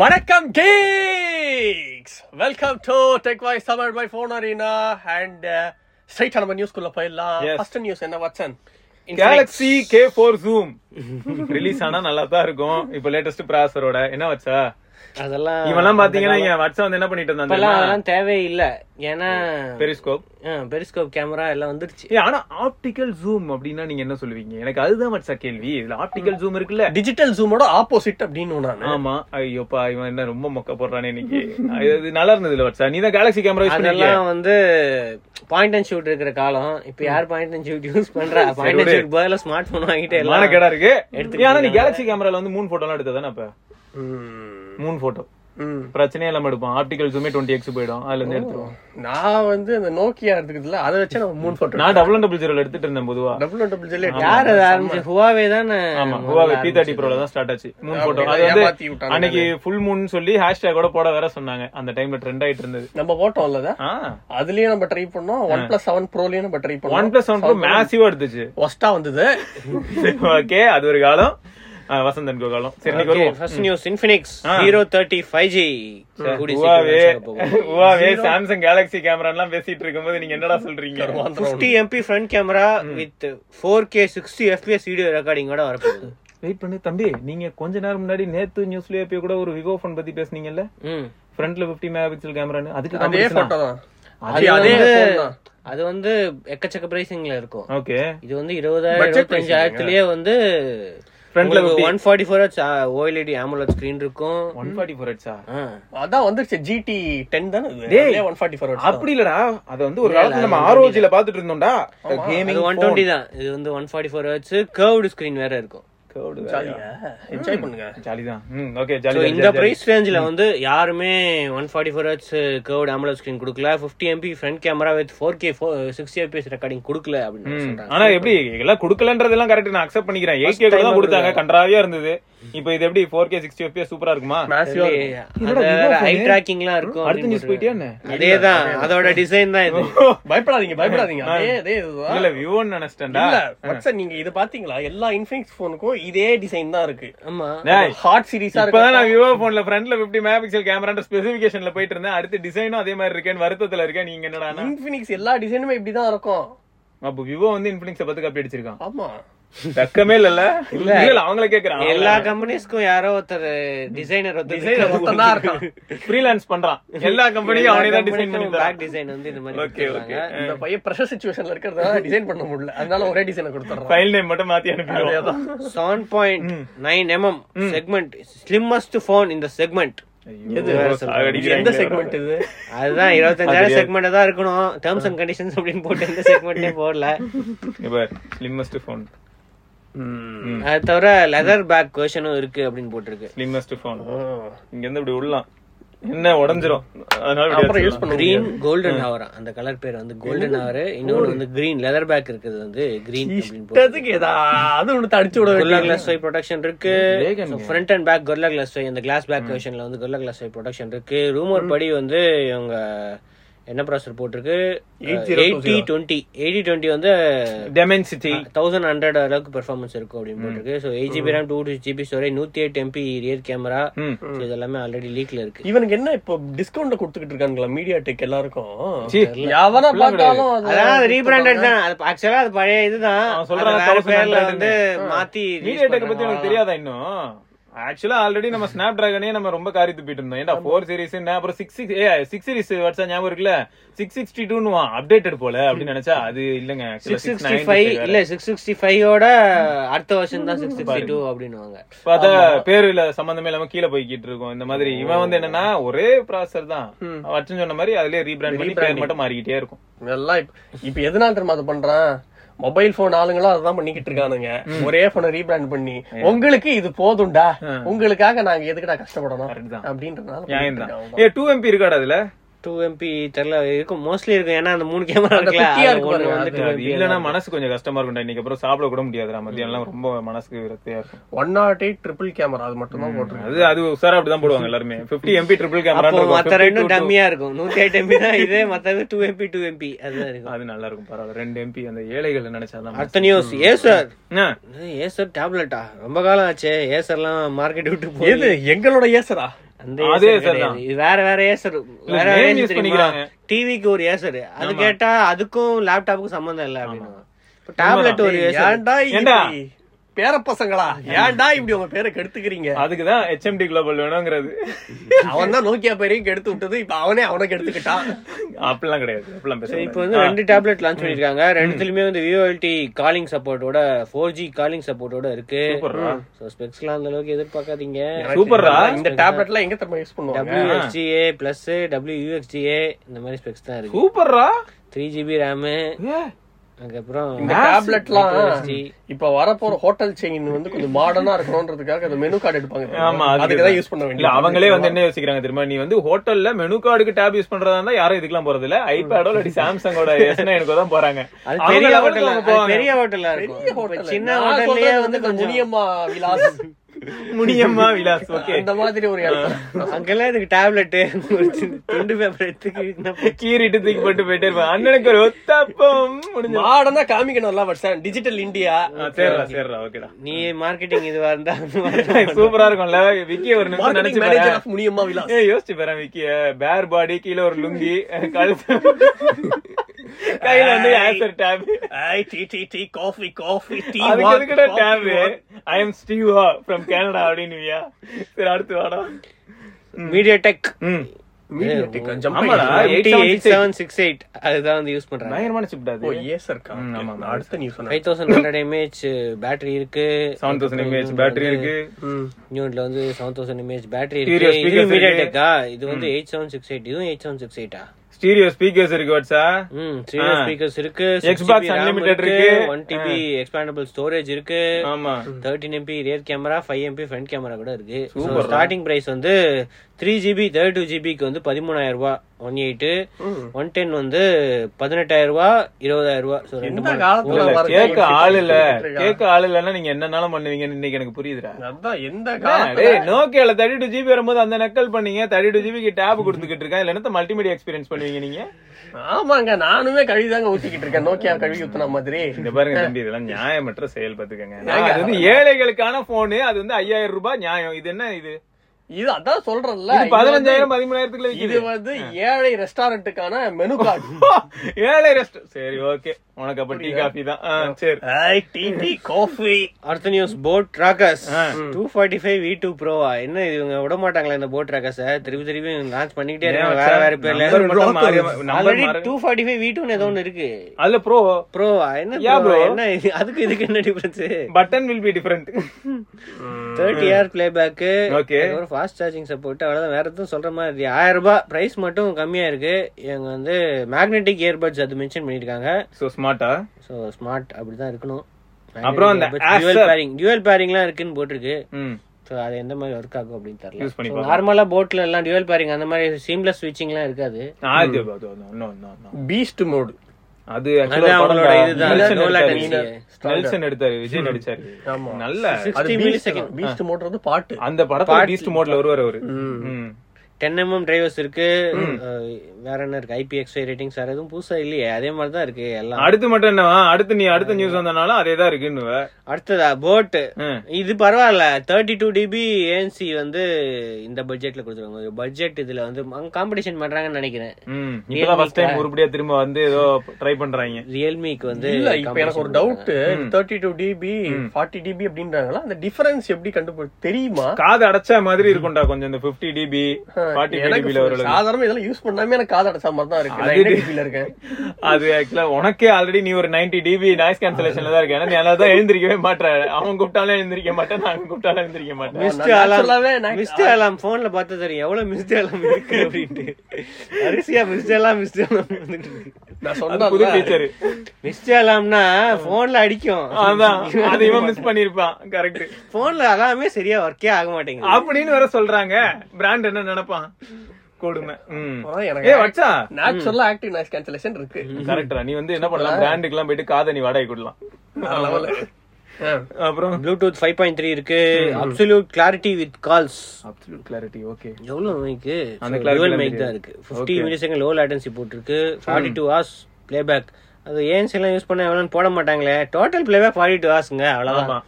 வணக்கம் geeks welcome to Tech Voice Tamil by Phone Arena and ஸ்ட்ரைட்டா uh, நம்ம நியூஸ்குள்ள போயிடலாம் Yes. ஃபர்ஸ்ட் நியூஸ் என்ன வச்சன் Galaxy K four zoom release ஆனா நல்லா தான் இருக்கும் இப்ப லேட்டஸ்ட் ப்ராசரோட என்ன வச்சா அதெல்லாம் இவெல்லாம் பாத்தீங்கன்னா இங்க வச்சா வந்து என்ன பண்ணிட்டு இருந்தான் இப்பெல்லாம் தெரியுமா? அதெல்லாம் தேவையில்ல ஏன்னா பெரிஸ்கோப் பெரிஸ்கோப் கேமரா எல்லாம் வந்துருச்சு ஏ ஆனா ஆப்டிக்கல் ஜூம் அப்படின்னா நீங்க என்ன சொல்லுவீங்க எனக்கு அதுதான் வச்சா கேள்வி இதுல ஆப்டிக்கல் ஜூம் இருக்குல்ல டிஜிட்டல் ஜூமோட ஆப்போசிட் அப்படின்னு நான் ஆமா ஐயோப்பா இவன் என்ன ரொம்ப மொக்க போடுறானே இன்னைக்கு இது நல்லா இருந்ததுல வச்சா நீ தான் கேலக்ஸி கேமரா யூஸ் பண்ணிருக்கியா அதெல்லாம் வந்து பாயிண்ட் அண்ட் ஷூட் இருக்கிற காலம் இப்ப யார் பாயிண்ட் அண்ட் ஷூட் யூஸ் பண்றா பாயிண்ட் அண்ட் ஷூட் பதிலா ஸ்மார்ட் போன் வாங்கிட்டு எல்லாம் மானக்கேடா இருக்கு நீ ஆனா நீ கேலக்ஸி கேமரால வந்து மூணு போட்டோ எல்லாம் எடுத்ததானே அப்ப மூணு போட்டோ பிரச்சனையே இல்லாம எடுப்பான் ஆப்டிக்கல் ஜூமே டுவெண்ட்டி எக்ஸ் போயிடும் அதுல இருந்து எடுத்துருவோம் நான் வந்து அந்த நோக்கியா இருக்குதுல அதை வச்சு நம்ம மூணு போட்டோ நான் டபுள் டபுள் ஜீரோல எடுத்துட்டு இருந்தேன் பொதுவா டபுள் டபுள் ஜெல்லி யார் அதை ஆரம்பிச்சு ஹுவாவே தானே ஆமா ஹுவாவே பி தேர்ட்டி ப்ரோல தான் ஸ்டார்ட் ஆச்சு மூண் போட்டோ அது அப்படியே வந்து ஏமாத்தி விட்டானுங்க. அன்னைக்கு ஃபுல் மூன் சொல்லி ஹேஷ்டேக்கோட போட வேற சொன்னாங்க அந்த டைம்ல ட்ரெண்ட் ஆயிட்டு இருந்தது நம்ம போட்டோம் இல்லதா ஆ அதுலயே நம்ம ட்ரை பண்ணோம் ஒன் பிளஸ் செவன் ப்ரோலயும் நம்ம ட்ரை பண்ணோம் ஒன் பிளஸ் ஒன் ப்ரோ மேசிவா எடுத்துச்சு ஒஸ்டா வந்தது ஓகே அது ஒரு காலம் ஆ, வசந்தன் கோ காலம் சரி இன்னைக்கு வருவோம் first news Infinix zero thirty five G Huawei Huawei Samsung Galaxy camera எல்லாம் பேசிட்டு இருக்கும்போது நீங்க என்னடா சொல்றீங்க fifty MP front camera with four K sixty FPS video ரெக்கார்டிங்கோட வரப்போகுது வெயிட் பண்ணு தம்பி நீங்க கொஞ்ச நேரம் முன்னாடி நேத்து நியூஸ்லயே போய் கூட ஒரு விவோ ஃபோன் பத்தி பேசுனீங்கல்ல ம் ஃப்ரண்ட்ல 50 மெகா பிக்சல் கேமரான்னு அதுக்கு அதே competition போட்டோ ஆ? தான் அது அதே வந்து- phone தான். அது வந்து எக்கச்சக்க பிரைசிங்ல இருக்கும் ஓகே இது வந்து இருபதாயிரம் இருபத்தஞ்சாயிரத்திலேயே வந்து ஃப்ரண்ட்ல one forty four H OLED ambulance screen இருக்கும் 144 ஹெச்சா ஆ. அதான் வந்துருச்சு ஜிடி டென் தானே டேய். ஒன் ஃபார்ட்டி ஃபோர் அப்படி இல்லடா அது வந்து ஒரு காலத்துல நம்ம ஆரோஜில பாத்துட்டு இருந்தோம்டா அது கேமிங் ஒன் டுவெண்ட்டி தான் இது வந்து one forty four H curved screen வேற இருக்கும் என்ஜாய் பண்ணுங்க ஜாலிதான் ம் ஓகே So, ஜாலி இந்த பிரைஸ் ரேஞ்சில் வந்து யாருமே one forty four H curved ambulance screen கொடுக்கல fifty MP front camera with four K sixty FPS recording கொடுக்கல அப்படின்னு சொல்றாங்க ஆனா எப்படி எல்லாம் கொடுக்கலன்றதெல்லாம் கரெக்ட் நான் அக்செப்ட் பண்ணிக்கிறேன் 8K கூட தான் கொடுத்தாங்க கன்றாவியா இருந்தது இப்போ இது எப்படி 4K 60 FPS சூப்பரா இருக்குமா மேசிவா அது வேற ஐ Hmm. டிராக்கிங்லாம் இருக்கும் அடுத்த அப்படின்னு நியூஸ் போயிட்டியா என்ன சொல்றாங்க. அதேதான் அதோட டிசைன் தான் இது பயப்படாதீங்க பயப்படாதீங்க அதே அதே இதுதான் இல்ல விவோன்னு நினைச்சிட்டேன்டா இல்ல வாட்ஸ்அப் நீங்க இது பாத்தீங்களா எல்லா இன்ஃபினிக்ஸ் போனுக்கும் இதே டிசைன் தான் இருக்கு ஆமா டேய் ஹாட் சீரிஸா இப்பதான் நான் விவோ போன்ல ஃப்ரண்ட்ல 50 மெகா பிக்சல் கேமரான்ற ஸ்பெசிபிகேஷன்ல போயிட்டு இருந்தேன் அடுத்து டிசைனும் அதே மாதிரி இருக்கேன்னு வருத்தத்துல இருக்கேன் நீங்க என்னடானா இன்ஃபினிக்ஸ் எல்லா டிசைனுமே இப்படிதான் இருக்கும் அப்போ விவோ வந்து இன்ஃபினிக்ஸ பத்தி காப்பி அடிச்சிருக்கான் ஆமா தக்கமே இல்ல இல்ல இல்ல அவங்களே கேக்குறான் எல்லா கம்பெனிஸ்க்கும் யாரோ ஒருத்தர் டிசைனர் டிசைன் மொத்தம் தான் இருக்கான் ஃப்ரீலான்ஸ் பண்றான் எல்லா கம்பெனியும் அவனே தான் டிசைன் பண்ணி பேக் டிசைன் வந்து இந்த மாதிரி ஓகே ஓகே கொடுத்துருக்காங்க. இந்த பையன் ப்ரெஷர் சுச்சுவேஷன்ல இருக்கிறதால டிசைன் பண்ண முடியல அதனால ஒரே டிசைனை கொடுத்துறோம் ஃபைல் நேம் மட்டும் மாத்தி அனுப்பிடுவோம் 7.9 mm செக்மெண்ட் ஸ்லிம்மஸ்ட் ஃபோன் இந்த செக்மெண்ட் எந்த செக்மெண்ட் இது அதுதான் இருபத்தஞ்சாயிரம் செக்மெண்ட் தான் இருக்கணும் டேர்ம்ஸ் அண்ட் கண்டிஷன்ஸ் அப்படின்னு போட்டு இந்த செக்மெண்ட்டே போடல ஸ்லிம்மஸ்ட் ஃபோன் அது தவிர லெதர் பேக் கொஷனும் இருக்கு அப்படின்னு போட்டிருக்கு ஸ்லிம்மஸ்ட் ஃபோன் இங்க இருந்து இப்படி உள்ளலாம் என்ன உடைஞ்சிரும் அதனால அப்புறம் யூஸ் பண்ண கிரீன் கோல்டன் ஹவரா அந்த கலர் பேர் வந்து கோல்டன் ஹவர் இன்னொன்று வந்து கிரீன் லெதர் பேக் இருக்குது வந்து கிரீன் அப்படின்னு போட்டு அதுக்கு ஏதாவது ஒண்ணு அடிச்சு விட கொல்லா கிளாஸ் ஃபை ப்ரொடக்ஷன் இருக்கு front and back Gorilla glass five அந்த கிளாஸ் பேக் வெர்ஷன்ல வந்து கொல்லா கிளாஸ் ஃபை ப்ரொடக்ஷன் இருக்கு ரூமர் படி வந்து இவங்க என்ன ப்ராசர் போட்டிருக்கு எயிட்டி டுவெண்ட்டி எயிட்டி டுவெண்ட்டி வந்து டெமென்சிட்டி தௌசண்ட் ஹண்ட்ரட் அளவுக்கு பெர்ஃபார்மன்ஸ் இருக்கும் அப்படின்னு போட்டிருக்கு so eight GB RAM two two GB storage நூத்தி எயிட் எம்பி ரியர் கேமரா ம். இது எல்லாமே ஆல்ரெடி லீக்ல இருக்கு இவனுக்கு என்ன இப்போ டிஸ்கவுண்ட்ல கொடுத்துக்கிட்டு இருக்கானுங்களா மீடியா டெக் எல்லாருக்கும் எவனா பார்த்தாலும் அது- அதான் அது ரீபிராண்டட் தான் அது ஆக்சுவலா அது பழைய இதுதான் அவன் சொல்றான் அது வேற 1100 பேர்ல வந்து மாத்தி release மீடியா டெக் பத்தி பண்றாங்க. உனக்கு தெரியாதா இன்னும் ஆக்சுவலா ஆல்ரெடி நம்ம ஸ்னாப் டிராகனே நம்ம ரொம்ப காரி துப்பிட்டு இருந்தோம் ஏன்டா ஃபோர் சீரிஸ் அப்புறம் six six A six series WhatsApp ஞாபகம் இருக்குல்ல சிக்ஸ் சிக்ஸ்டி டூன்னு அப்டேட்டட் போல அப்படின்னு நினைச்சா அது இல்லங்க சிக்ஸ் சிக்ஸ்டி ஃபைவ் இல்ல சிக்ஸ் சிக்ஸ்டி ஃபைவோட அடுத்த வருஷம் தான் சிக்ஸ் சிக்ஸ்டி டூ அப்படின்னுவாங்க பார்த்தா பேரு இல்ல சம்பந்தமே இல்லாம கீழே போய்கிட்டு இருக்கோம் இந்த மாதிரி இவன் வந்து என்னன்னா ஒரே ப்ராசர் தான் வச்சுன்னு சொன்ன மாதிரி அதுலயே ரீபிராண்ட் பண்ணி பேர் மட்டும் மாறிக்கிட்டே இருக்கும் எல்லாம் இப்ப- இப்ப எதனால தெரியுமா அதை பண்றான் மொபைல் போன் ஆளுங்களும் அதான் பண்ணிக்கிட்டு இருக்கானுங்க ஒரே போனை ரீபிராண்ட் பண்ணி உங்களுக்கு இது போதும்டா உங்களுக்காக நாங்க எதுக்குடா கஷ்டப்படணும் தான். அப்படின்றதுனால நியாயம் பண்ணிட்டு தான் இருக்காங்க. ஏ டூ எம்பி இருக்காடா அதுல டூ எம்பி தெரியல இருக்கும் மோஸ்ட்லி இருக்கும் ஏன்னா அந்த மூணு கேமரா இருக்குல்ல குட்டியா அது இருக்கு ஒண்ணு பாருங்க, வந்து அது 2MP இல்லன்னா மனசு கொஞ்சம் கஷ்டமா இருக்கும்டா இன்னைக்கு அப்புறம் சாப்பிட கூட முடியாதுடா மத்தியானம் எல்லாம் ரொம்ப மனசுக்கு விரக்தியா இருக்கும் one nought eight triple camera அது மட்டும் தான் போட்டிருக்கு அது அது உசாரா அப்படிதான் போடுவாங்க எல்லாருமே 50 எம்பி ட்ரிபிள் கேமரா அப்போ மத்த ரெண்டும் டம்மியா இருக்கும் நூத்தி எட்டு எம்பி தான் இதே மத்தது டூ எம்பி டூ எம்பி அதுதான் இருக்கும் அது நல்லா இருக்கும் பரவாயில்ல ரெண்டு எம்பி அந்த ஏழைகள் நினைச்சாதான் அடுத்த நியூஸ் ஏசர் ஆ, ஏசர் டேப்லெட்டா ரொம்ப காலம் ஆச்சு ஏசர்லாம் மார்க்கெட் விட்டு போய் எது எங்களோட ஏசரா அந்த அதே Acer Acer கிடையாது. தான். இது வேற வேற ஏசர் வேற name வேற use ஏசர் தெரியுமா பண்ணிக்கிறாங்க. டிவிக்கு ஒரு ஏசர் அது கேட்டா அதுக்கும் லேப்டாப்புக்கும் சம்பந்தம் இல்ல அப்படின்னு உண்மைதான். இப்ப டேப்லெட் ஒரு ஏசர் ஏன்டா ஏன்டா? இப்படி பேர பசங்களா ஏன்டா இப்படி உங்க பேரை கெடுத்துக்கிறீங்க அதுக்குதான் ஹெச்எம்டி குளோபல் வேணுங்கிறது அவன் தான் நோக்கியா பேரையும் கெடுத்து விட்டது இப்ப அவனே அவனை கெடுத்துக்கிட்டான் அப்படிலாம் கிடையாது அப்படிலாம் பேச இப்போ வந்து ரெண்டு டேப்லெட் லான்ச் பண்ணிருக்காங்க ரெண்டுத்துலயுமே வந்து விஓஎல்டி காலிங் சப்போர்ட்டோட ஃபோர் ஜி காலிங் சப்போர்ட்டோட இருக்கு சூப்பர்ரா ஸோ ஸ்பெக்ஸ்லாம் அந்த அளவுக்கு எதிர்பார்க்காதீங்க சூப்பர்ரா. இந்த டேப்லெட்லாம் எங்க திரும்ப யூஸ் பண்ணுவாங்க டபிள்யூஎக்ஸ்டிஏ பிளஸ் டபிள்யூயூஎக்ஸ்டிஏ இந்த மாதிரி ஸ்பெக்ஸ் தான் இருக்கு சூப்பர்ரா த்ரீ ஜிபி ரேமு அதுக்கப்புறம் இந்த டேப்லெட்லாம் இப்ப வரப்போற ஹோட்டல் செயின் வந்து கொஞ்சம் மாடர்னா இருக்கணும்ன்றதுக்காக அந்த மெனு கார்டு ஆமா எடுப்பாங்க அதுக்கு அதுக்கு தான் யூஸ் பண்ண இல்ல வேண்டியது அவங்களே வந்து என்ன யோசிக்கிறாங்க தெரியுமா நீ வந்து ஹோட்டல்ல மெனு கார்டுக்கு டேப் யூஸ் பண்றதா இருந்தா யாரும் இதுக்கெல்லாம் போறது இல்ல ஐபேடோ இல்லாட்டி சாம்சங்கோட எஸ்னா எனக்கு தான் போறாங்க அது அவங்க பெரிய level க்கு ஹோட்டல் அவங்க போவாங்க பெரிய ஹோட்டலா இருக்கும் பெரிய இப்ப ஹோட்டல் சின்ன ஹோட்டல்லயே வந்து கொஞ்சம் முனியம்மா விலாஸ் முனியம்மா விலாஸ் ஓகே அந்த மாதிரி ஒரு இடம் அங்கெல்லாம் இதுக்கு டேப்லெட் துண்டு பேப்பர் எடுத்து கீறிட்டு தூக்கி போட்டு போயிட்டே இருப்பேன் அண்ணனுக்கு ஒரு ஒத்தப்பம் முடிஞ்சு மாடர்னா காமிக்கணும் எல்லாம் வருஷம் டிஜிட்டல் இந்தியா சரிடா சரிடா ஓகேடா நீ மார்க்கெட்டிங் இதுவா இருந்தா அந்த மாதிரி சூப்பரா இருக்கும்ல விக்கி ஒரு நிமிஷம் மார்க்கெட்டிங் நினைச்சு மேனேஜர் பாரு ஆஃப் முனியம்மா விலாஸ் ஏய் யோசிச்சு பாரு விக்கிய பேர் பாடி கீழ ஒரு லுங்கி கழுத்து கையில வந்து answer tape I tea tea tea coffee coffee tea அதுக்கு எதுக்குடா டேப் ஐ அம் ஸ்டீவா ஃப்ரம் கனடா அப்படின்னுவியா சரி அடுத்து வாடா மீடியா டெக் ம் ஆமாடா. ஆமாடா எயிட் செவன் சிக்ஸ் எயிட் அதுதான் வந்து யூஸ் பண்றாங்க பயங்கரமான சிப்டா அது ஓ ஏஸ் இருக்கா ம், ஆமா, ஆமா. அடுத்த news five thousand hundred mAh battery இருக்கு செவன் தௌசண்ட் எம்ஏஹெச் பேட்டரி இருக்கு யூனிட்ல வந்து seven thousand mAh battery Stereo இருக்கு இது speakers மீடியா இருக்கு. டெக்கா இது வந்து எயிட் செவன் சிக்ஸ் எயிட் இதுவும் எயிட் செவன் சிக்ஸ் எயிட்டா ஸ்டீரியோ ஸ்பீக்கர்ஸ் இருக்கு வாட்ஸா ம் த்ரீ ஆ. ஸ்பீக்கர்ஸ் இருக்கு Xbox unlimited இருக்கு. ஒன் டிபி எக்ஸ்பேண்டபிள் ஸ்டோரேஜ் இருக்கு ஆமா thirteen MP rear camera five MP front camera கூட இருக்கு ஸ்டார்டிங் பிரைஸ் வந்து த்ரீ ஜிபி தேர்ட்டி டூ ஜிபிக்கு வந்து பதிமூணாயிரம் ரூபாய் ஒன் எயிட்டு ஒன் டென் வந்து பதினெட்டாயிரம் ரூபாய் இருபதாயிரம் ரூபாய் ஸோ ரெண்டு இந்த மூணு- காலத்துல வர கேக்க கையை ஆள் இல்ல பிடிச்சிட்டு இருக்காங்க. கேக்க ஆள் இல்லன்னா நீங்க என்னனாலும் பண்ணுவீங்கன்னு இன்னைக்கு எனக்கு புரியுதுடா அதான் எந்த டேய், காலத்துல நோக்கியால தேர்ட்டி டூ ஜிபி வரும்போது அந்த நக்கல் பண்ணீங்க தேர்ட்டி டூ ஜிபிக்கு டேப் கொடுத்துக்கிட்டு இருக்கேன் இல்ல என்னத்த மல்டிமீடியா எக்ஸ்பீரியன்ஸ் பண்ணுவீங்க நீங்க ஆமாங்க நானுமே கழுவி தாங்க ஊத்திக்கிட்டு இருக்கேன் நோக்கியா கழுவி ஊத்துன மாதிரி இந்த பாருங்க தம்பி இதெல்லாம் நியாயமற்ற செயல் பாத்துக்கங்க அது வந்து ஏழைகளுக்கான போனு அது வந்து ஐயாயிரம் ரூபாய் நியாயம் இது என்ன இது இது அதான் சொல்றேன்ல இது இது வந்து- பதினஞ்சாயிரம் பதிமூணாயிரத்துக்குள்ள இது விக்குது வந்து ஏழை ரெஸ்டாரண்ட்டுக்கான மெனு கார்டு ஏழை ரெஸ்ட் சரி ஓகே உனக்கு அப்ப டீ காஃபி தான் ஆ, சரி டீ டீ காஃபி அடுத்த news boat trackers two forty five V two ப்ரோவா என்ன இது இவங்க விட மாட்டாங்களா இந்த போட் ட்ராக்கர்ஸ் திருப்பி திருப்பி லான்ச் பண்ணிக்கிட்டே இருக்காங்க வேற வேற Number பேர்ல மட்டும் மாறி- number ஆல்ரெடி மாறு- டூ ஃபார்ட்டி ஃபைவ் வி டூன்னு ஏதோ ஒன்று இருக்கு அதுல ப்ரோ ப்ரோவா என்ன Yeah, bro. Pro-வா? என்ன இது? அதுக்கு இதுக்கு என்ன difference button will be different thirty hour playback Okay. ஒரு ஃபாஸ்ட் சார்ஜிங் சப்போர்ட் அவ்வளவுதான் வேற எதுவும் சொல்ற மாதிரி ஆயிரம் ரூபாய் பிரைஸ் மட்டும் கம்மியா இருக்கு இவங்க வந்து மேக்னெட்டிக் இயர்பட்ஸ் அது மென்ஷன் பண்ணிருக்காங்க சோ ஸ்மார்ட்டா ஸோ ஸ்மார்ட் அப்படிதான் இருக்கணும் அப்புறம் அந்த டியூவல் Acer. பேரிங் டியூவல் பேரிங்லாம் இருக்குன்னு போட்டிருக்கு ம் ஸோ அது எந்த மாதிரி ஒர்க் ஆகும் அப்படின்னு Use பண்ணி தெரியல பார்ப்போம். நார்மலா போட்ல எல்லாம் டியூவல் பேரிங் அந்த மாதிரி சீம்லெஸ் ஸ்விட்சிங்லாம் இருக்காது அது அது அது no, no, no. Beast mode அது அது actually ஒரு அவங்களோட படம்டா. இதுதான் நெல்சன் low எடுத்தாரு. latency. நெல்சன் எடுத்தாரு விஜய் நடிச்சாரு ஆமா. நல்ல அது 60 millisecond. பீஸ்ட் பீஸ்ட் மோடு வந்து பாட்டு அந்த படத்துல பீஸ்ட் மோட்ல வருவாரு அவரு ம். டென் எம்எம் டிரைவர்ஸ் mm இருக்கு அஹ் வேற என்ன இருக்கு ஐபிஎக்ஸ்ஐ ரேட்டிங்ஸ் வேற எதுவும் புதுசா இல்லையே அதே மாதிரி தான் இருக்கு எல்லாம் அடுத்து மட்டும் என்னவா அடுத்து நீ அடுத்த நியூஸ் வந்தனால அதேதான் இருக்குன்னுவ அடுத்ததா போட் ம். இது பரவாயில்ல தேர்ட்டி டூ டிபி ஏஎன்சி வந்து இந்த பட்ஜெட்ல கொடுத்துருவாங்க பட்ஜெட் இதுல வந்து காம்படிஷன் பண்றாங்கன்னு நினைக்கிறேன் ம். இப்பதான் ஃபர்ஸ்ட் டைம் உருப்படியா திரும்ப வந்து ஏதோ ட்ரை பண்றாங்க ரியல்மிக்கு வந்து இல்ல இப்ப எனக்கு ஒரு டவுட் ம். Thirty two dB forty dB அப்படின்றாங்களா அந்த டிஃபரன்ஸ் எப்படி கண்டுபிடி தெரியுமா காது அடைச்ச மாதிரி இருக்கும்டா கொஞ்சம் இந்த 50 டிபி ஃபார்ட்டி எனக்கு டிபில ஒரு சாதாரணமா இதெல்லாம் யூஸ் பண்ணாம எனக்கு காது அடைச்ச மாதிரி தான் இருக்கு நான் டிபில இருக்கேன் அது ஆக்சுவலா உனக்கே ஆல்ரெடி நீ ஒரு 90 டிபி நாய்ஸ் கேன்சலேஷன்ல தான் இருக்க ஏன்னா நீ அதனால தான் எழுந்திருக்கவே மாட்டேற அவன் கூப்பிட்டாலும் எழுந்திருக்க மாட்டேன் நான் கூப்பிட்டாலும் எழுந்திருக்க மாட்டேன் மிஸ்ட் நான் சொல்லாமே அலாம் நான் மிஸ்ட் அலாம் போன்ல பார்த்தா தெரியும் எவ்வளவு மிஸ்ட் அலாம் இருக்கு அப்படின்ட்டு அரிசியா மிஸ்ட் அலாம் மிஸ்ட் அலாம் வந்துட்டு இருக்கு நான் அது புது சொன்னேன் ஃபீச்சர் மிஸ்ட் அலாம்னா போன்ல அடிக்கும் அதான் அது இவன் மிஸ் பண்ணிருப்பான் கரெக்ட் போன்ல அலாமே சரியா ஒர்க்கே ஆக மாட்டேங்குது அப்படின்னு வேற சொல்றாங்க பிராண்ட் என்ன நினைப்பான் கொடுமை ம். அப்புறம் ஏ எனக்கு வச்சா நேச்சுரலா ஆக்டிவ் நாய்ஸ் கேன்சலேஷன் இருக்கு கரெக்டா நீ வந்து என்ன பண்ணலாம் பிராண்டுக்கு எல்லாம் போயிட்டு காதை நீ வாடகை கொடுலாம் வேற level. ஆ. அப்புறம் ப்ளூடூத் ஃபைவ் பாயிண்ட் த்ரீ இருக்கு absolute clarity with calls absolute clarity okay எவ்வளவு மைக்கு அந்த அந்த clarity கிளாரிட்டி ல மைக் தான் தெரியுது. இருக்கு 50 மில்லி செகண்ட் லோ லேட்டன்சி போட்டிருக்கு 42 டூ ஹவர்ஸ் ப்ளேபேக் அது ஏன்ஸ் எல்லாம் யூஸ் பண்ண எவ்வளவு போட மாட்டாங்களே டோட்டல் ப்ளேபேக் 42 டூ ஹவர்ஸ்ங்க அவ்வளவுதான் ஆமா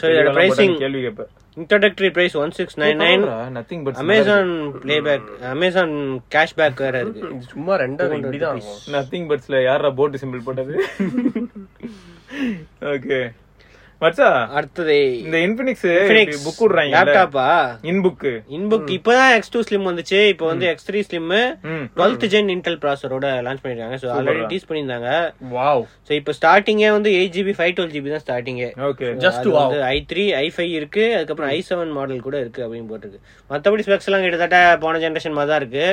So, இதோட pricing- கேள்வி கேப்ப introductory price one six nine nine nothing but Amazon playback Amazon cashback வேற இருக்கு இது சும்மா ரெண்டரை இப்படிதான் இருக்கும் நத்திங் பட்ஸ்ல யாரா போட்டு சிம்பிள் போட்டது ஓகே மச்சா அடுத்தது இந்த இன்ஃபினிக்ஸ் Infinix புக் விடுறாங்க லேப்டாப்பா இன் புக் இன்புக் இப்பதான் எக்ஸ் டூ ஸ்லிம் வந்துச்சு இப்போ வந்து எக்ஸ் த்ரீ ஸ்லிம் ம். டுவெல்த் ஜென் இன்டெல் ப்ராசரோட லான்ச் பண்ணிருக்காங்க ஸோ ஆல்ரெடி டீஸ் பண்ணியிருந்தாங்க வாவ் ஸோ இப்போ ஸ்டார்டிங்கே வந்து eight GB five twelve GB தான் ஸ்டார்டிங்கே okay Just wow. I three i five இருக்கு அதுக்கப்புறம் ஐ செவன் மாடல் கூட இருக்கு அப்படின்னு போட்டிருக்கு மற்றபடி ஸ்பெக்ஸ் எல்லாம் கிட்டத்தட்ட போன ஜென்ரேஷன் மாதிரி தான் இருக்கு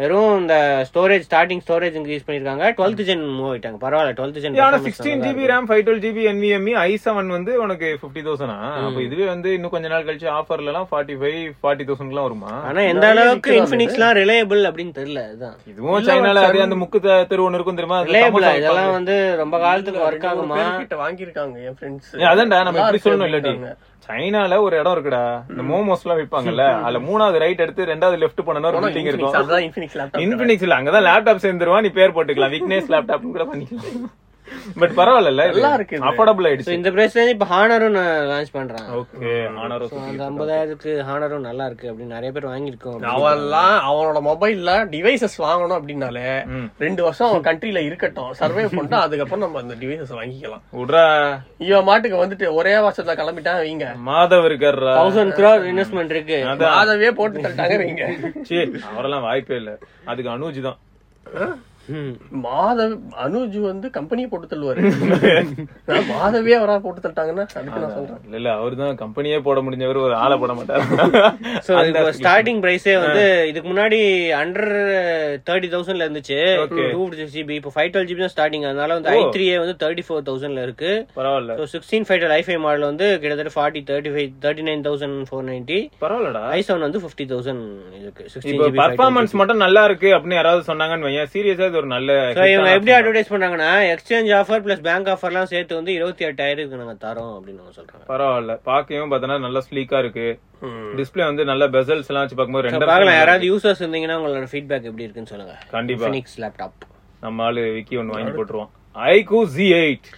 வெறும் இந்த ஸ்டோரேஜ் ஸ்டார்டிங் ஸ்டோரேஜ் இன்க்ரீஸ் பண்ணிருக்காங்க டுவெல்த் ஜென் மூவ் ஆயிட்டாங்க பரவாயில்ல டுவெல்த் ஜென் ஆனா sixteen GB RAM five twelve GB NVMe i seven E, வந்து உனக்கு பிப்டி தௌசண்டா அப்ப இதுவே வந்து இன்னும் கொஞ்ச நாள் கழிச்சு ஆஃபர்ல எல்லாம் ஃபார்ட்டி ஃபைவ் ஃபார்ட்டி தௌசண்ட்லாம் வருமா ஆனா எந்த அளவுக்கு இன்ஃபினிக்ஸ்லாம் ரிலையபிள் அப்படின்னு தெரியல இதுதான் இதுவும் சைனால அதே அந்த முக்கு த- தெரு ஒண்ணு இருக்கும் தெரியுமா அதுல ரிலையபிள் சமோசா இதெல்லாம் வந்து ரொம்ப காலத்துக்கு ஒர்க் ரெண்டு மூணு ஆகுமா பேர் கிட்ட வாங்கியிருக்காங்க என் ஃப்ரெண்ட்ஸ் ஏய், அதான்டா நம்ம எப்படி சொல்லணும் இல்லாட்டி சைனால ஒரு இடம் இருக்குடா இந்த மோமோஸ் எல்லாம் விப்பாங்கல்ல அதுல மூணாவது ரைட் எடுத்து ரெண்டாவது லெஃப்ட் பண்ணணும் ஒரு பில்டிங் இருக்கும் அதுதான் இன்ஃபினிக்ஸ் லேப்டாப் இன்பினிக்ஸ்ல அங்கதான் லேப்டாப் சேர்ந்துருவா நீ பேர் போட்டுக்கலாம் விக்னேஷ் லேப்டாப் கூட பண்ணிக்கலாம் பட் பரவாயில்ல நல்லா இருக்கு இது. அஃபோர்டபுள் சோ ஆயிடுச்சு இந்த பிரைஸ்ல இருந்து இப்ப ஹானரும் லான்ச் பண்றான் ஓகே ஆனாரோ அந்த ஐம்பதாயிரத்துக்கு ஹானரும் நல்லா இருக்கு அப்படின்னு நிறைய பேர் வாங்கியிருக்கோம் அவன்லாம் அவனோட மொபைல்ல டிவைசஸ் வாங்கணும் அப்படின்னாலே ம். ரெண்டு வருஷம் அவன் கண்ட்ரில இருக்கட்டும் சர்வே பண்ணிட்டு அதுக்கப்புறம் நம்ம அந்த டிவைசஸ் வாங்கிக்கலாம் விட்றா இவன் மாட்டுக்கு வந்துட்டு ஒரே வருஷத்துல கிளம்பிட்டான் வைங்க மாதவ் இருக்காருடா தௌசண்ட் crore இன்வெஸ்ட்மெண்ட் இருக்கு மாதவே போட்டு தள்ளிட்டாங்க வைங்க சீ அவரெல்லாம் வாய்ப்பே இல்ல அதுக்கு அனுஜ் தான் ம். மாதவ் அனுஜ் வந்து கம்பெனியை போட்டு தள்ளுவாரு நான் மாதவே அவரா போட்டு தள்ளிட்டாங்கன்னா அதுக்கு நான் சொல்றேன் இல்ல இல்ல அவருதான் கம்பெனியே போட முடிஞ்சவர் ஒரு ஆளை போட மாட்டாரு சோ இப்போ ஸ்டார்டிங் பிரைஸே வந்து இதுக்கு முன்னாடி அண்டர் தேர்ட்டி தௌசண்ட்ல இருந்துச்சு டூ ஜிபி இப்போ ஃபைவ் டுவெல் ஜிபி தான் ஸ்டார்டிங் அதனால வந்து ஐ த்ரீ வந்து தேர்ட்டி ஃபோர் தௌசண்ட்ல இருக்கு பரவாயில்ல ஸோ சிக்ஸ்டீன் ஃபைவ் ஐ ஃபைவ் மாடல் வந்து கிட்டத்தட்ட forty thirty five thirty nine thousand four ninety பரவாயில்லடா ஐ செவன் வந்து ஃபிஃப்டி தௌசண்ட் இருக்கு சிக்ஸ்டீன் இப்போ ஜிபி பர்ஃபார்மன்ஸ் மட்டும் நல்லா இருக்கு அப்படின்னு யாராவது சொன்னாங்கன்னு வையன் சீரியஸா இது ஒரு நல்ல ஸோ இவங்க எப்படி அட்வர்டைஸ் பண்ணாங்கன்னா எக்ஸ்சேஞ்ச் ஆஃபர் பிளஸ் பேங்க் ஆஃபர்லாம் சேர்த்து வந்து இருபத்தி எட்டாயிரத்துக்கு நாங்க தரோம் அப்படின்னு அவங்க சொல்றாங்க பரவாயில்ல பாக்கையும் பார்த்தனா நல்லா ஸ்லீக்கா இருக்கு டிஸ்ப்ளே வந்து நல்ல பெசல்ஸ் எல்லாம் வச்சு பார்க்கும்போது ரெண்டு பார்க்கலாம் யாராவது யூசர்ஸ் இருந்தீங்கன்னா உங்களோட ஃபீட்பேக் எப்படி இருக்குன்னு சொல்லுங்க கண்டிப்பா ஃபினிக்ஸ் லேப்டாப் நம்ம ஆளு விக்கி ஒன்னு வாங்கி போட்டுருவோம் ஐகூ ஜி எயிட்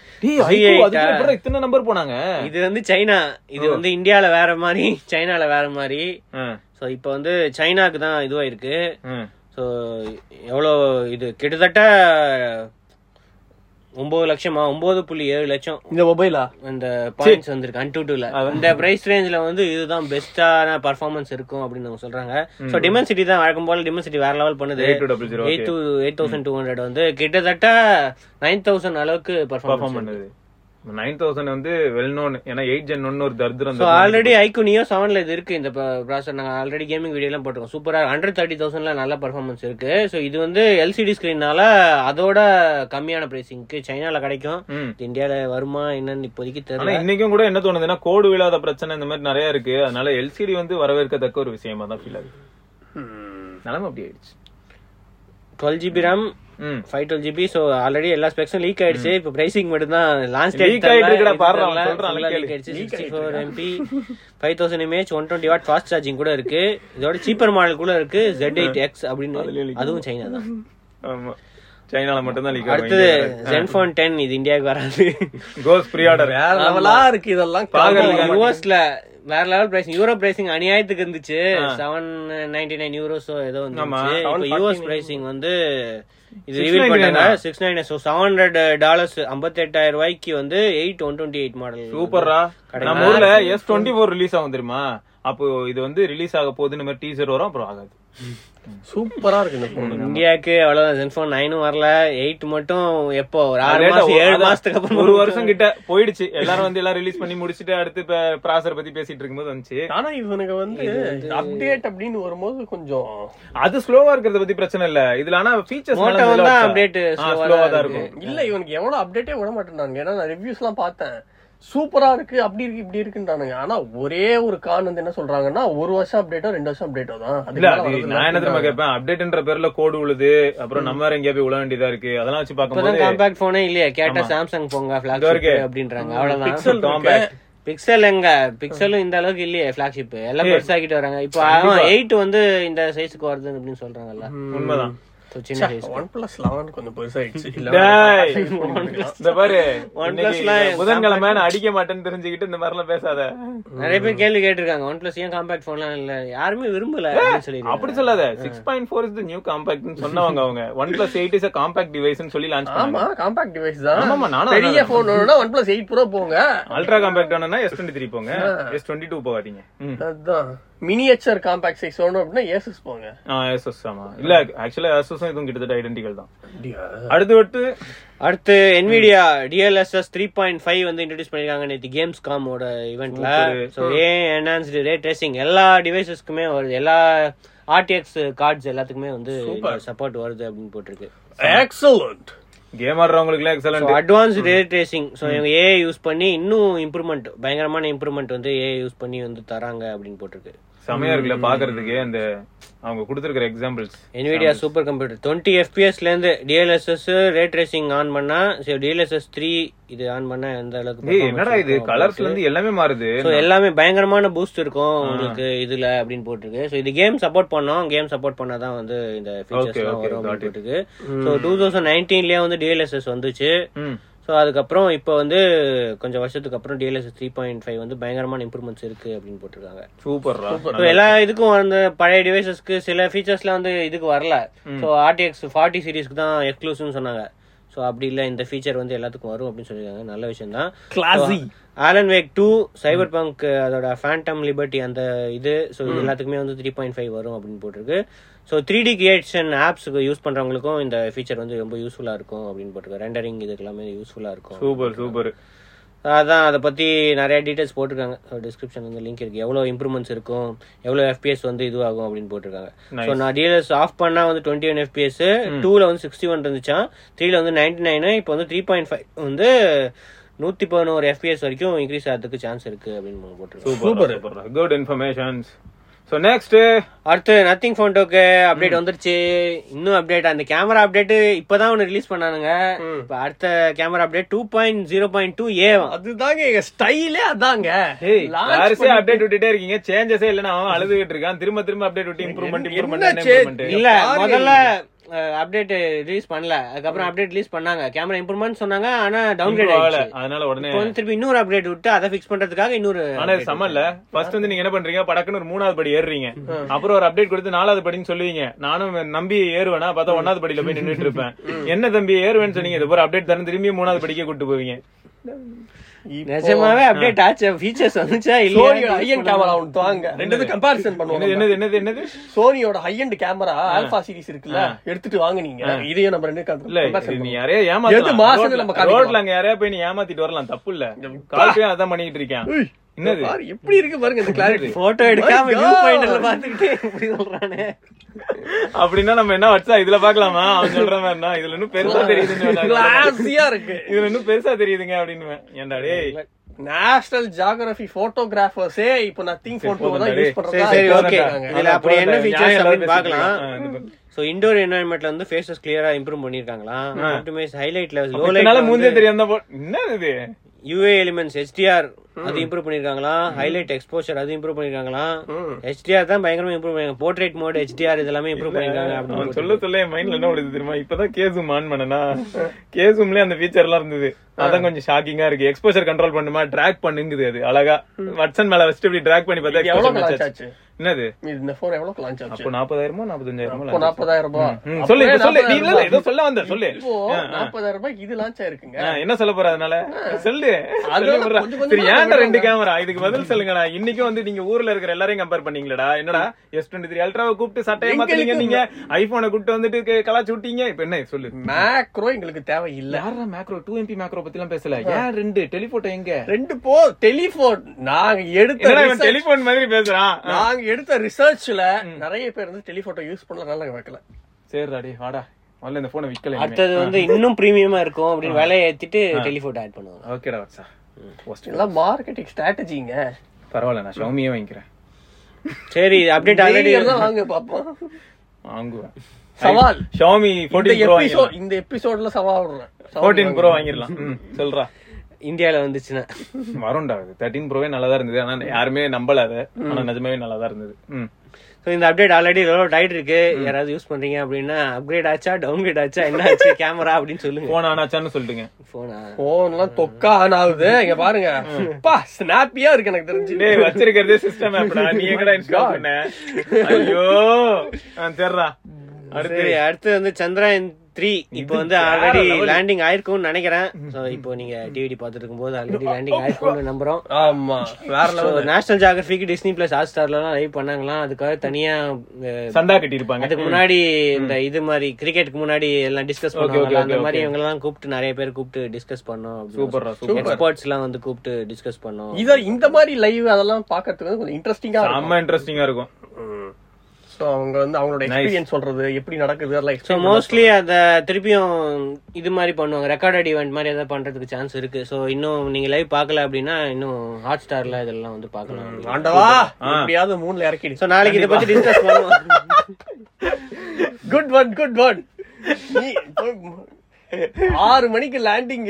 இத்தனை நம்பர் போனாங்க இது வந்து சைனா இது வந்து இந்தியால வேற மாதிரி சைனால வேற மாதிரி ஆ, ஸோ இப்போ வந்து சைனாக்கு தான் இதுவாயிருக்கு ஆ. ஸோ எவ்வளோ இது கிட்டத்தட்ட ஒன்பது லட்சமா ஒன்பது புள்ளி ஏழு லட்சம் இந்த மொபைலா அந்த பாயிண்ட்ஸ் வந்திருக்கு அன்டூட்டுல இந்த பிரைஸ் ரேஞ்சில் வந்து இதுதான் பெஸ்ட்டான பர்ஃபார்மன்ஸ் இருக்கும் அப்படின்னு அவங்க சொல்றாங்க ஸோ டிமென்சிட்டி தான் வழக்கம் போல டிமென்சிட்டி வேற லெவல் பண்ணுது 8200, eight two eight thousand two hundred வந்து கிட்டத்தட்ட நைன் தௌசண்ட் அளவுக்கு perform பர்ஃபார்மன்ஸ் பண்ணுது நைன் தௌசண்ட் வந்து வெல் நோன் ஏன்னா எயிட் ஜென் ஒன்னு ஒரு தர்திரம் ஸோ ஆல்ரெடி ஐக்குனியோ செவன்ல இது இருக்கு இந்த ப்ராசர் நாங்கள் ஆல்ரெடி கேமிங் வீடியோலாம் போட்டிருக்கோம் சூப்பராக ஹண்ட்ரட் தேர்ட்டி தௌசண்ட்ல நல்ல பர்ஃபார்மன்ஸ் இருக்கு ஸோ இது வந்து எல்சிடி ஸ்க்ரீனால அதோட கம்மியான பிரைசிங்க்கு சைனால கிடைக்கும் ம். இது இந்தியால வருமா என்னன்னு இப்போதைக்கு ஆனா தெரியல இன்னைக்கும் கூட என்ன தோணுதுன்னா கோடு விழாத பிரச்சனை இந்த மாதிரி நிறைய இருக்கு அதனால எல்சிடி வந்து வரவேற்கத்தக்க ஒரு விஷயமா தான் ஃபீல் ஆகுது நிலம அப்படி ஆயிடுச்சு டுவெல் ஜிபி ரேம் ம் five twelve GB so already எல்லா ஸ்பெக்ஸும் லீக் ஆயிடுச்சு இப்போ பிரைசிங் மட்டும் தான் லான்ச் Leak ஆயிட்டு இருக்குடா, பாருடா, அவன் சொல்றான், leak லீக் ஆயிடுச்சு sixty four MP five thousand mAh one twenty watt fast charging கூட இருக்கு இதோட சீப்பர் மாடல் கூட இருக்கு ஜெட் எயிட் எக்ஸ் அப்படின்னு அதுவும் சைனா தான் ஆமா சைனால மட்டும் தான் லீக் அடுத்தது ஜென்ஃபோன் டென் இது இந்தியாவுக்கு வராது கோஸ் ப்ரீ ஆர்டர் வேற லெவலா இருக்கு இதெல்லாம் பாக்குறதுக்கு யூஎஸ்ல வேற லெவல் பிரைசிங் யூரோ பிரைசிங் அநியாயத்துக்கு இருந்துச்சு செவன் நைன்டி நைன் யூரோஸோ ஏதோ இருந்துச்சு இப்போ யூஎஸ் பிரைசிங் வந்து இது ரிவீல் பண்ணாங்க six nine so seven hundred dollars ஐம்பத்தெட்டாயிரம் ரூபாய்க்கு வந்து eight one twenty eight model சூப்பர்ரா நம்ம ஊர்ல எஸ் டுவெண்ட்டி ஃபோர் ரிலீஸ் ஆகும் தெரியுமா அப்போ இது வந்து ரிலீஸ் ஆக போகுதுன்னு மாதிரி டீசர் வரும் அப்புறம் ஆகாது சூப்பரா இருக்கு இந்த போன் இந்தியாவுக்கு அவ்வளவு ஜென்ஃபோன் நைனும் வரல எயிட் மட்டும் எப்போ ஒரு ஆறு மாசம் ஏழு அதான், மாசத்துக்கு அப்புறம் ஒரு வருஷம் கிட்ட போயிடுச்சு எல்லாரும் வந்து எல்லாம் ரிலீஸ் பண்ணி முடிச்சிட்டு அடுத்து இப்ப ப்ராசர் பத்தி பேசிட்டு இருக்கும்போது வந்துச்சு ஆனா இவனுக்கு வந்து அப்டேட் அப்படின்னு வரும்போது கொஞ்சம் அது ஸ்லோவா இருக்கிறத பத்தி பிரச்சனை இல்ல இதுல ஆனா ஃபீச்சர்ஸ் Moto வந்து update slow-ஆ ஸ்லோவா தான் இருக்கும் இல்ல இவனுக்கு எவ்வளவு அப்டேட்டே விட மாட்டேன்றானுங்க ஏன்னா நான் ரிவ்யூஸ் எல்லாம் பார்த்தேன் சூப்பரா இருக்கு அப்படி இருக்கு இப்படி இருக்குன்றானுங்க ஆனா ஒரே ஒரு கான் வந்து என்ன சொல்றாங்கன்னா ஒரு வருஷம் அப்டேட்டோ ரெண்டு வருஷம் அப்டேட்டோ தான் இல்ல அதுக்கு மேல அது வரதில்ல. நான் என்ன தெரியுமா கேட்பேன் அப்டேட்ன்ற பேர்ல கோடு உழுது அப்புறம் நம்ம வேற எங்கேயா போய் உழ வேண்டியதா இருக்கு அதெல்லாம் வச்சு இப்பதான் பாக்கும்போது காம்பேக்ட் போனே இல்லையா கேட்டா சாம்சங் போங்க ஃபிளாக்ஷிப் இருக்கு. அப்படின்றாங்க அவ்வளவுதான் பிக்சல் காம்பேக்ட் பிக்சல் எங்க பிக்சலும் இந்த அளவுக்கு இல்லையே பிளாக்ஷிப் எல்லாம் பெருசாக்கிட்டு வராங்க இப்போ எயிட் வந்து இந்த சைஸ்க்கு வருது அப்படின்னு சொல்றாங்கல்ல உண்மைதான் So, சின்ன சைஸ் ஒன் பிளஸ் லெவன் கொஞ்சம் பெருசாயிடுச்சு இல்ல டேய். OnePlus. இந்த பாரு OnePlus இன்னைக்கு line. புதன்கிழமை நான் அடிக்க மாட்டேன்னு தெரிஞ்சுக்கிட்டு இந்த மாதிரி எல்லாம் பேசாத நிறைய பேர் கேள்வி கேட்டிருக்காங்க ஒன் பிளஸ் ஏன் காம்பேக்ட் போன்லாம் இல்ல யாருமே விரும்பல அப்படின்னு சொல்லி அப்படி சொல்லாத six point four is new compact சொன்னவங்க அவங்க OnePlus eight is compact device சொல்லி லான்ச் ஆமா பண்ணாங்க காம்பாக்ட் டிவைஸ் ஆமாமா, தான் நானும் பெரிய அதான். போன் வேணும்னா ஒன் பிளஸ் எயிட் ப்ரோ போங்க அல்ட்ரா காம்பாக்ட் ஆனா எஸ் டுவெண்ட்டி த்ரீ போங்க எஸ் டுவெண்ட்டி டூ போகாதீங்க ம். அதுதான் மினியேச்சர் காம்பாக்ட் சைஸ் வேணும் அப்படின்னா ஏசஸ் போங்க ஆ எஸ்எஸ் ஆமா இல்ல ஆக்சுவலா எஸ்எஸும் இதுவும் கிட்டத்தட்ட ஐடென்டிக்கல் தான் அடுத்து விட்டு அடுத்து Nvidia DLSS three point five வந்து இன்ட்ரடியூஸ் பண்ணிருக்காங்க நேற்று கேம்ஸ் காமோட இவெண்ட்ல ஸோ ஏன் என்ஹான்ஸ்டு ரேட் ரேசிங் எல்லா டிவைசஸ்க்குமே வருது எல்லா ஆர்டிஎக்ஸ் கார்ட்ஸ் எல்லாத்துக்குமே வந்து சப்போர்ட் வருது அப்படின்னு போட்டிருக்கு எக்ஸலண்ட் கேம் ஆடுறவங்களுக்கு excellent advance ray tracing so இவங்க ஏ யூஸ் பண்ணி இன்னும் இம்ப்ரூவ்மெண்ட் பயங்கரமான இம்ப்ரூவ்மெண்ட் வந்து ஏ யூஸ் பண்ணி வந்து தராங்க அப்படின்னு போட்டிருக்கு செமையா இருக்குல்ல பாக்குறதுக்கு அந்த அவங்க கொடுத்திருக்கிற examples Nvidia super computer twenty எஃபிஎஸ்ல இருந்து டிஎல்எஸ்எஸ் ரேட் ரேசிங் ஆன் பண்ணா ஸோ டிஎல்எஸ்எஸ் த்ரீ இது ஆன் பண்ணா எந்த அளவுக்கு டேய் performance என்னடா இது இருக்கும் கலர்ஸ்ல இருந்து எல்லாமே மாறுது ஸோ எல்லாமே பயங்கரமான பூஸ்ட் இருக்கும் உங்களுக்கு இதுல அப்படின்னு போட்டிருக்கு ஸோ இது கேம் சப்போர்ட் பண்ணோம் கேம் சப்போர்ட் பண்ணாதான் வந்து இந்த Okay, ஃபீச்சர்ஸ்லாம் okay, வரும் got it. அப்படின்னு போட்டிருக்கு ஸோ டூ தௌசண்ட் நைன்டீன்லயே வந்து டிஎல்எஸ்எஸ் வந்துச்சு ம். ஸோ அதுக்கப்புறம் இப்போ வந்து கொஞ்சம் வருஷத்துக்கு அப்புறம் டிஎல்எஸ்எஸ் த்ரீ பாயிண்ட் ஃபைவ் வந்து பயங்கரமான இம்ப்ரூவ்மெண்ட்ஸ் இருக்கு அப்படின்னு போட்டிருக்காங்க சூப்பர்ரா ஸோ எல்லா இதுக்கும் அந்த பழைய டிவைசஸ்க்கு சில ஃபீச்சர்ஸ்லாம் வந்து இதுக்கு வரல ஸோ ஆர்டிஎக்ஸ் ஃபார்ட்டி சீரிஸ்க்கு தான் எக்ஸ்க்ளூசிவ்னு சொன்னாங்க ஸோ அப்படி இல்லை இந்த ஃபீச்சர் வந்து எல்லாத்துக்கும் வரும் அப்படின்னு சொல்லியிருக்காங்க நல்ல விஷயம் தான் Classy. Alan Wake two Cyberpunk அதோட ஃபேண்டம் லிபர்ட்டி அந்த இது ஸோ இது எல்லாத்துக்குமே வந்து த்ரீ பாயிண்ட் ஃபைவ் வரும் அப்படின்னு போட்டிருக்கு ஸோ த்ரீ டி கிரியேஷன் ஆப்ஸுக்கு யூஸ் பண்ணுறவங்களுக்கும் இந்த ஃபீச்சர் வந்து ரொம்ப யூஸ்ஃபுல்லாக இருக்கும் அப்படின்னு போட்டிருக்கு ரெண்டரிங் இதுக்கெல்லாமே யூஸ்ஃபுல்லாக இருக்கும் சூப்பர் சூப்பர் அதான் அதை பற்றி நிறைய டீட்டெயில்ஸ் போட்டிருக்காங்க ஸோ டிஸ்கிரிப்ஷன் வந்து லிங்க் இருக்குது எவ்வளோ இம்ப்ரூவ்மெண்ட்ஸ் இருக்கும் எவ்வளோ எஃபிஎஸ் வந்து இதுவாகும் அப்படின்னு போட்டிருக்காங்க Nice. ஸோ நான் டிஎல்எஸ் ஆஃப் பண்ணால் வந்து டுவெண்ட்டி ஒன் எஃபிஎஸ் டூவில் வந்து சிக்ஸ்டி ஒன் இருந்துச்சான் த்ரீல வந்து நைன்டி நைனு இப்போ வந்து த்ரீ பாயிண்ட் ஃபைவ் வந்து நூற்றி பதினோரு எஃபிஎஸ் வரைக்கும் இன்க்ரீஸ் ஆகிறதுக்கு சான்ஸ் இருக்குது அப்படின்னு போட்டிருக்காங்க super good informations so next அடுத்து நத்திங் ஃபோன்டோக்கு அப்டேட் வந்துருச்சு இன்னும் அப்டேட் அந்த கேமரா அப்டேட் இப்போதான் ஒன்று ரிலீஸ் பண்ணானுங்க இப்போ அடுத்த camera update two point zero point two ஏவன் அதுதாங்க எங்க ஸ்டைலே அதாங்க ஹேய் Launch வாரிசே பண்ணி- அப்டேட் விட்டுட்டே இருக்கீங்க சேஞ்சஸே இல்ல நான் அழுதுகிட்டு இருக்கான் திரும்ப திரும்ப அப்டேட் விட்டு இம்ப்ரூவ்மெண்ட் என்ன இம்ப்ரூவ்மெண்ட் change? இம்ப்ரூவ்மெண்ட் இல்ல பாரு. முதல்ல அப்டேட் ரிலீஸ் பண்ணல அதுக்கப்புறம் அப்டேட் ரிலீஸ் பண்ணாங்க கேமரா இம்ப்ரூவ்மெண்ட் சொன்னாங்க ஆனா டவுன்கிரேட் ஆகல ஆயிடுச்சு அதனால உடனே இப்போ வந்து திருப்பி இன்னொரு அப்டேட் விட்டு அதை ஃபிக்ஸ் பண்றதுக்காக இன்னொரு ஆனா இது சம இல்ல ஃபர்ஸ்ட் வந்து நீங்க என்ன பண்றீங்க படக்குன்னு ஒரு மூணாவது படி ஏறுறீங்க அப்புறம் ஒரு அப்டேட் கொடுத்து நாலாவது படின்னு சொல்லுவீங்க நானும் நம்பி ஏறுவேனா பார்த்தா ஒன்னாவது படியில போய் நின்னுட்டு இருப்பேன் என்ன தம்பி ஏறுவேன்னு சொன்னீங்க இது ஒரு அப்டேட் தரேன் திரும்பி மூணாவது படிக்க கூட்டு போவீங்க நிஜமாவே அப்டேட் ஆச்சு ஃபீச்சர்ஸ் வந்துச்சா சோனியோட இல்ல ஹையன் கேமரா ஒன்று தாங்க ரெண்டு கம்பேரிசன் என்னது பண்ணுவோம் நம்ம. என்னது என்னது என்னது சோனியோட ஹையண்ட் கேமரா ஆல்பா சீரிஸ் இருக்குல்ல எடுத்துட்டு வாங்க நீங்க இதையும் நம்ம ரெண்டு இல்ல இது கம்பேரிசன் நீ யாரையா எது மாசம் நம்ம ஏமாத்தலாம் காமிக்கலாம். ரோட்ல அங்க யாரையா போய் நீ ஏமாத்திட்டு வரலாம் தப்பு இல்ல கால்பையும் அதான் பண்ணிட்டு இருக்கேன் என்னது பாரு, எப்படி இருக்கு பாருங்க இந்த கிளாரிட்டி போட்டோ எடுக்காம My வியூ God. பாயிண்ட்ல பாத்துக்கிட்டு இப்படி சொல்றானே அப்படின்னா நம்ம என்ன வச்சா இதுல பாக்கலாமா அவன் சொல்ற மாதிரி என்ன, இதுல இன்னும் பெருசா தெரியுதுன்னு கிளாஸியா இருக்கு இதுல இன்னும் பெருசா தெரியுதுங்க அப்படின்னு ஏன்டா டேய் நேஷனல் ஜியோகிராபி போட்டோகிராஃபர்ஸே இப்போ நத்திங் போட்டோ தான் யூஸ் சரி சரி ஓகே பண்றாங்க இதுல அப்படி என்ன அதான் ஃபீச்சர்ஸ் நியாயம் அப்படின்னு இல்லாத பார்க்கலாம் பேசிக்கலாம். ஆ, இது பண்ணு. சோ இன்டோர் என்வரன்மெண்ட்ல வந்து ஃபேஸஸ் கிளியரா இம்ப்ரூவ் பண்ணிருக்காங்களா ஆப்டிமைஸ் ஹைலைட் லெவல் லோ இதனால லைட் மூஞ்சே தெரியாம தான் போ- என்ன இது யூஏ எலிமெண்ட்ஸ் HDR அது இம்ப்ரூவ் பண்ணிருக்காங்களா ஹைலைட் எக்ஸ்போஷர் அது இம்ப்ரூவ் பண்ணிருக்காங்களா HDR தான் பயங்கரமா இம்ப்ரூவ் பண்ணிருக்காங்க போர்ட்ரேட் மோட் HDR இதெல்லாமே இம்ப்ரூவ் பண்ணிருக்காங்க அவன் அப்படின்னு சொல்ல சொல்ல என் மைண்ட்ல என்ன ஓடுது தெரியுமா இப்பதான் கேசூம் ஆன் பண்ணனா கேசூம்லயே அந்த ஃபீச்சர் எல்லாம் இருந்தது அதான் கொஞ்சம் ஷாக்கிங்கா இருக்கு எக்ஸ்போஷர் கண்ட்ரோல் பண்ணுமா ட்ராக் பண்ணுங்குது அது அழகா வட்சன் மேல வச்சுட்டு இப்படி ட்ராக் பண்ணி பார்த்தா இது எவ்வளவு exposure லான்ச் match ஆச்சு. ஆச்சு என்னது இது இந்த போன் எவ்வளவு லான்ச் ஆச்சு இப்போ நாற்பதாயிரமோ நாற்பத்தஞ்சாயிரமோ இப்போ நாற்பதாயிரம் ரூபாய் ம், சொல்லு அப்பவே இப்ப சொல்லு நீ இல்ல இல்ல, ஏதோ 40,000 சொல்ல வந்த சொல்லு இப்போ நாற்பதாயிரம் ரூபாய் இது லான்ச் ஆயிருக்குங்க ஆ, என்ன சொல்ல போற அதனால சொல்லு அது சொல்லி வந்து விடுறா. கொஞ்சம் கொஞ்சமா சரி ஏன்டா ரெண்டு விடுறாங்க. கேமரா இதுக்கு பதில் சொல்லுங்கடா இன்னைக்கு வந்து நீங்க ஊர்ல இருக்கிற எல்லாரையும் கம்பேர் பண்ணீங்களடா என்னடா எஸ் டுவெண்ட்டி த்ரீ அல்ட்ராவை கூப்பிட்டு சட்டையை மாத்தீங்க எங்களுக்கு- நீங்க ஐபோனை கூப்பிட்டு வந்துட்டு க- கலாச்சு விட்டீங்க இப்ப என்ன சொல்லு மேக்ரோ எங்களுக்கு தேவை இல்ல யாரா மேக்ரோ டூ எம்பி மேக்ரோ பத்தி எல்லாம் பேசல ஏன் ரெண்டு டெலிபோட்டோ எங்க ரெண்டு போ டெலிபோன் நாங்க எடுத்த என்னடா இவன் research- டெலிபோன் மாதிரி பேசுறான் நாங்க எடுத்த ரிசர்ச்ல நிறைய பேர் வந்து டெலிபோட்டோ யூஸ் பண்ணதுனால நாங்க வைக்கல சரிடா டேய் வாடா முதல்ல இந்த போனை விக்கல அடுத்தது வந்து இன்னும் பிரீமியமா இருக்கும் அப்படின்னு விலையை ஏத்திட்டு டெலிஃபோட்டோ ஆட் பண்ணுவாங்க ஓகேடா வாட்ஸா Worst. இதெல்லாம் மார்க்கெட்டிங் ஸ்ட்ராட்டஜிங்க பரவாயில்ல நான் ஷவுமியே வாங்கிக்கிறேன் சரி அப்டேட் ஆல்ரெடி வாங்க பாப்போம் வாங்குவேன் சவால். xiaomi இந்த ஃபோர்டீன் ப்ரோ எபிசோட் இந்த எபிசோட்ல சவால் விடுறேன் ஃபோர்டீன் ப்ரோ வாங்கிடலாம் ம், சொல்றா இந்தியால வந்துச்சுன்னா வரும்டா தேர்ட்டீன் ப்ரோவே நல்லா தான் இருந்தது ஆனா யாருமே நம்பல அதை ஆனா நிஜமாவே நல்லா தான் இருந்தது ம். ஸோ இந்த அப்டேட் ஆல்ரெடி ரோட் ஆயிட்டு இருக்கு யாராவது யூஸ் பண்றீங்க அப்படின்னா அப்கிரேட் ஆச்சா டவுன்கிரேட் ஆச்சா என்ன ஆச்சு கேமரா அப்படின்னு சொல்லுங்க போன ஆனாச்சான்னு சொல்லிட்டுங்க போனா போன்லாம் தொக்கா ஆன் ஆகுது இங்க பாருங்க அப்பா ஸ்னாப்பியா இருக்கு எனக்கு தெரிஞ்சு டேய் வச்சிருக்கிறதே சிஸ்டம் ஆப்டா நீ எங்கடா இன்ஸ்டால் பண்ண ஐயோ ஆ, தெர்றா அடுத்து சரி அடுத்து வந்து சந்திராயன் த்ரீ இப்போ வந்து ஆல்ரெடி லேண்டிங் ஆயிருக்கும்னு நினைக்கிறேன் ஸோ இப்போ நீங்க டிவிடி பார்த்துட்டு இருக்கும்போது ஆல்ரெடி லேண்டிங் ஆயிருக்கும்னு நம்புறோம் ஆமா வேற level. நேஷனல் ஜியாகிரபிக்கு டிஸ்னி பிளஸ் ஹாட் ஸ்டார்லாம் லைவ் பண்ணாங்களாம் அதுக்காக தனியா அஹ், சண்டா கட்டியிருப்பாங்க அதுக்கு முன்னாடி இந்த இது மாதிரி கிரிக்கெட்டுக்கு முன்னாடி எல்லாம் டிஸ்கஸ் பண்ணுவாங்க அந்த மாதிரி இவங்க எல்லாம் கூப்பிட்டு நிறைய பேர் கூப்பிட்டு டிஸ்கஸ் பண்ணோம் சூப்பர்ரா, எக்ஸ்பர்ட்ஸ் எல்லாம் வந்து கூப்பிட்டு டிஸ்கஸ் பண்ணோம் இத இந்த மாதிரி லைவ் அதெல்லாம் பாக்கிறதுக்கு வந்து கொஞ்சம் இன்ட்ரெஸ்டிங்கா இருக்கும் செம்ம இன்ட்ரெஸ்டிங்கா இருக்கும் சோ அவங்க வந்து அவங்களோட எக்ஸ்பீரியன்ஸ் சொல்றது எப்படி நடக்குது அதெல்லாம் ஸோ explain மோஸ்ட்லி அதை திருப்பியும் இது மாதிரி பண்ணுவாங்க ரெக்கார்டட் ஈவெண்ட் மாதிரி ஏதாவது பண்றதுக்கு சான்ஸ் இருக்கு ஸோ இன்னும் நீங்க லைவ் பார்க்கல அப்படின்னா இன்னும் ஹாட் ஸ்டார்ல இதெல்லாம் வந்து பார்க்கலாம் பண்ணுவாங்க. ஆண்டவா எப்படியாவது மூணுல ஸோ இறக்கிடு நாளைக்கு இதை பத்தி டிஸ்கஸ் பண்ணுவோம் குட் ஒன் குட் ஒன் ஆறு மணிக்கு லேண்டிங்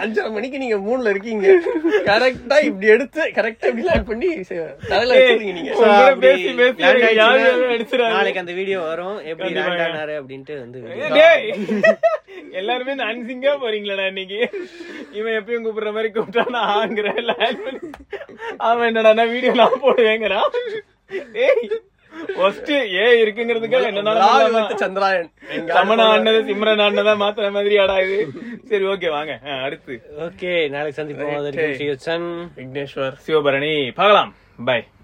அஞ்சரை மணிக்கு நீங்க மூணுல இருக்கீங்க கரெக்டா இப்படி எடுத்து கரெக்டா இப்படி லேண்ட் பண்ணி சே- தலையில வச்சிருக்கீங்க நீங்க So, உங்களை அப்படி பேசி பேசி எனக்கு யார் land ஆயிடுச்சுன்னா யாரும் அடிச்சிடாது. நாளைக்கு அந்த வீடியோ வரும் எப்படி land ஆனாரு அப்படின்ட்டு வந்து video. டேய் எல்லாருமே நான்சிங்கா போறீங்களா இன்னைக்கு இவன் எப்பயும் கூப்பிடுற மாதிரி கூப்பிட்டா நான் ஆங்குற லேண்ட் பண்ணி அவன் என்னடா வீடியோ நான் போடுவேங்கடா டேய் ஃபர்ஸ்ட் ஏ இருக்குங்கிறதுக்காக ராகு என்னன்னா with சந்திராயன் எங்க சமண ஆண்டது சிம்ரன் ஆண்டதான் மாத்துற மாதிரி ஆடா இது சரி ஓகே வாங்க ஆ, அடுத்து ஓகே நாளைக்கு சந்திப்போம் அது வரைக்கும் see you, son. Vigneshwar Sivabharani பார்க்கலாம் பாய்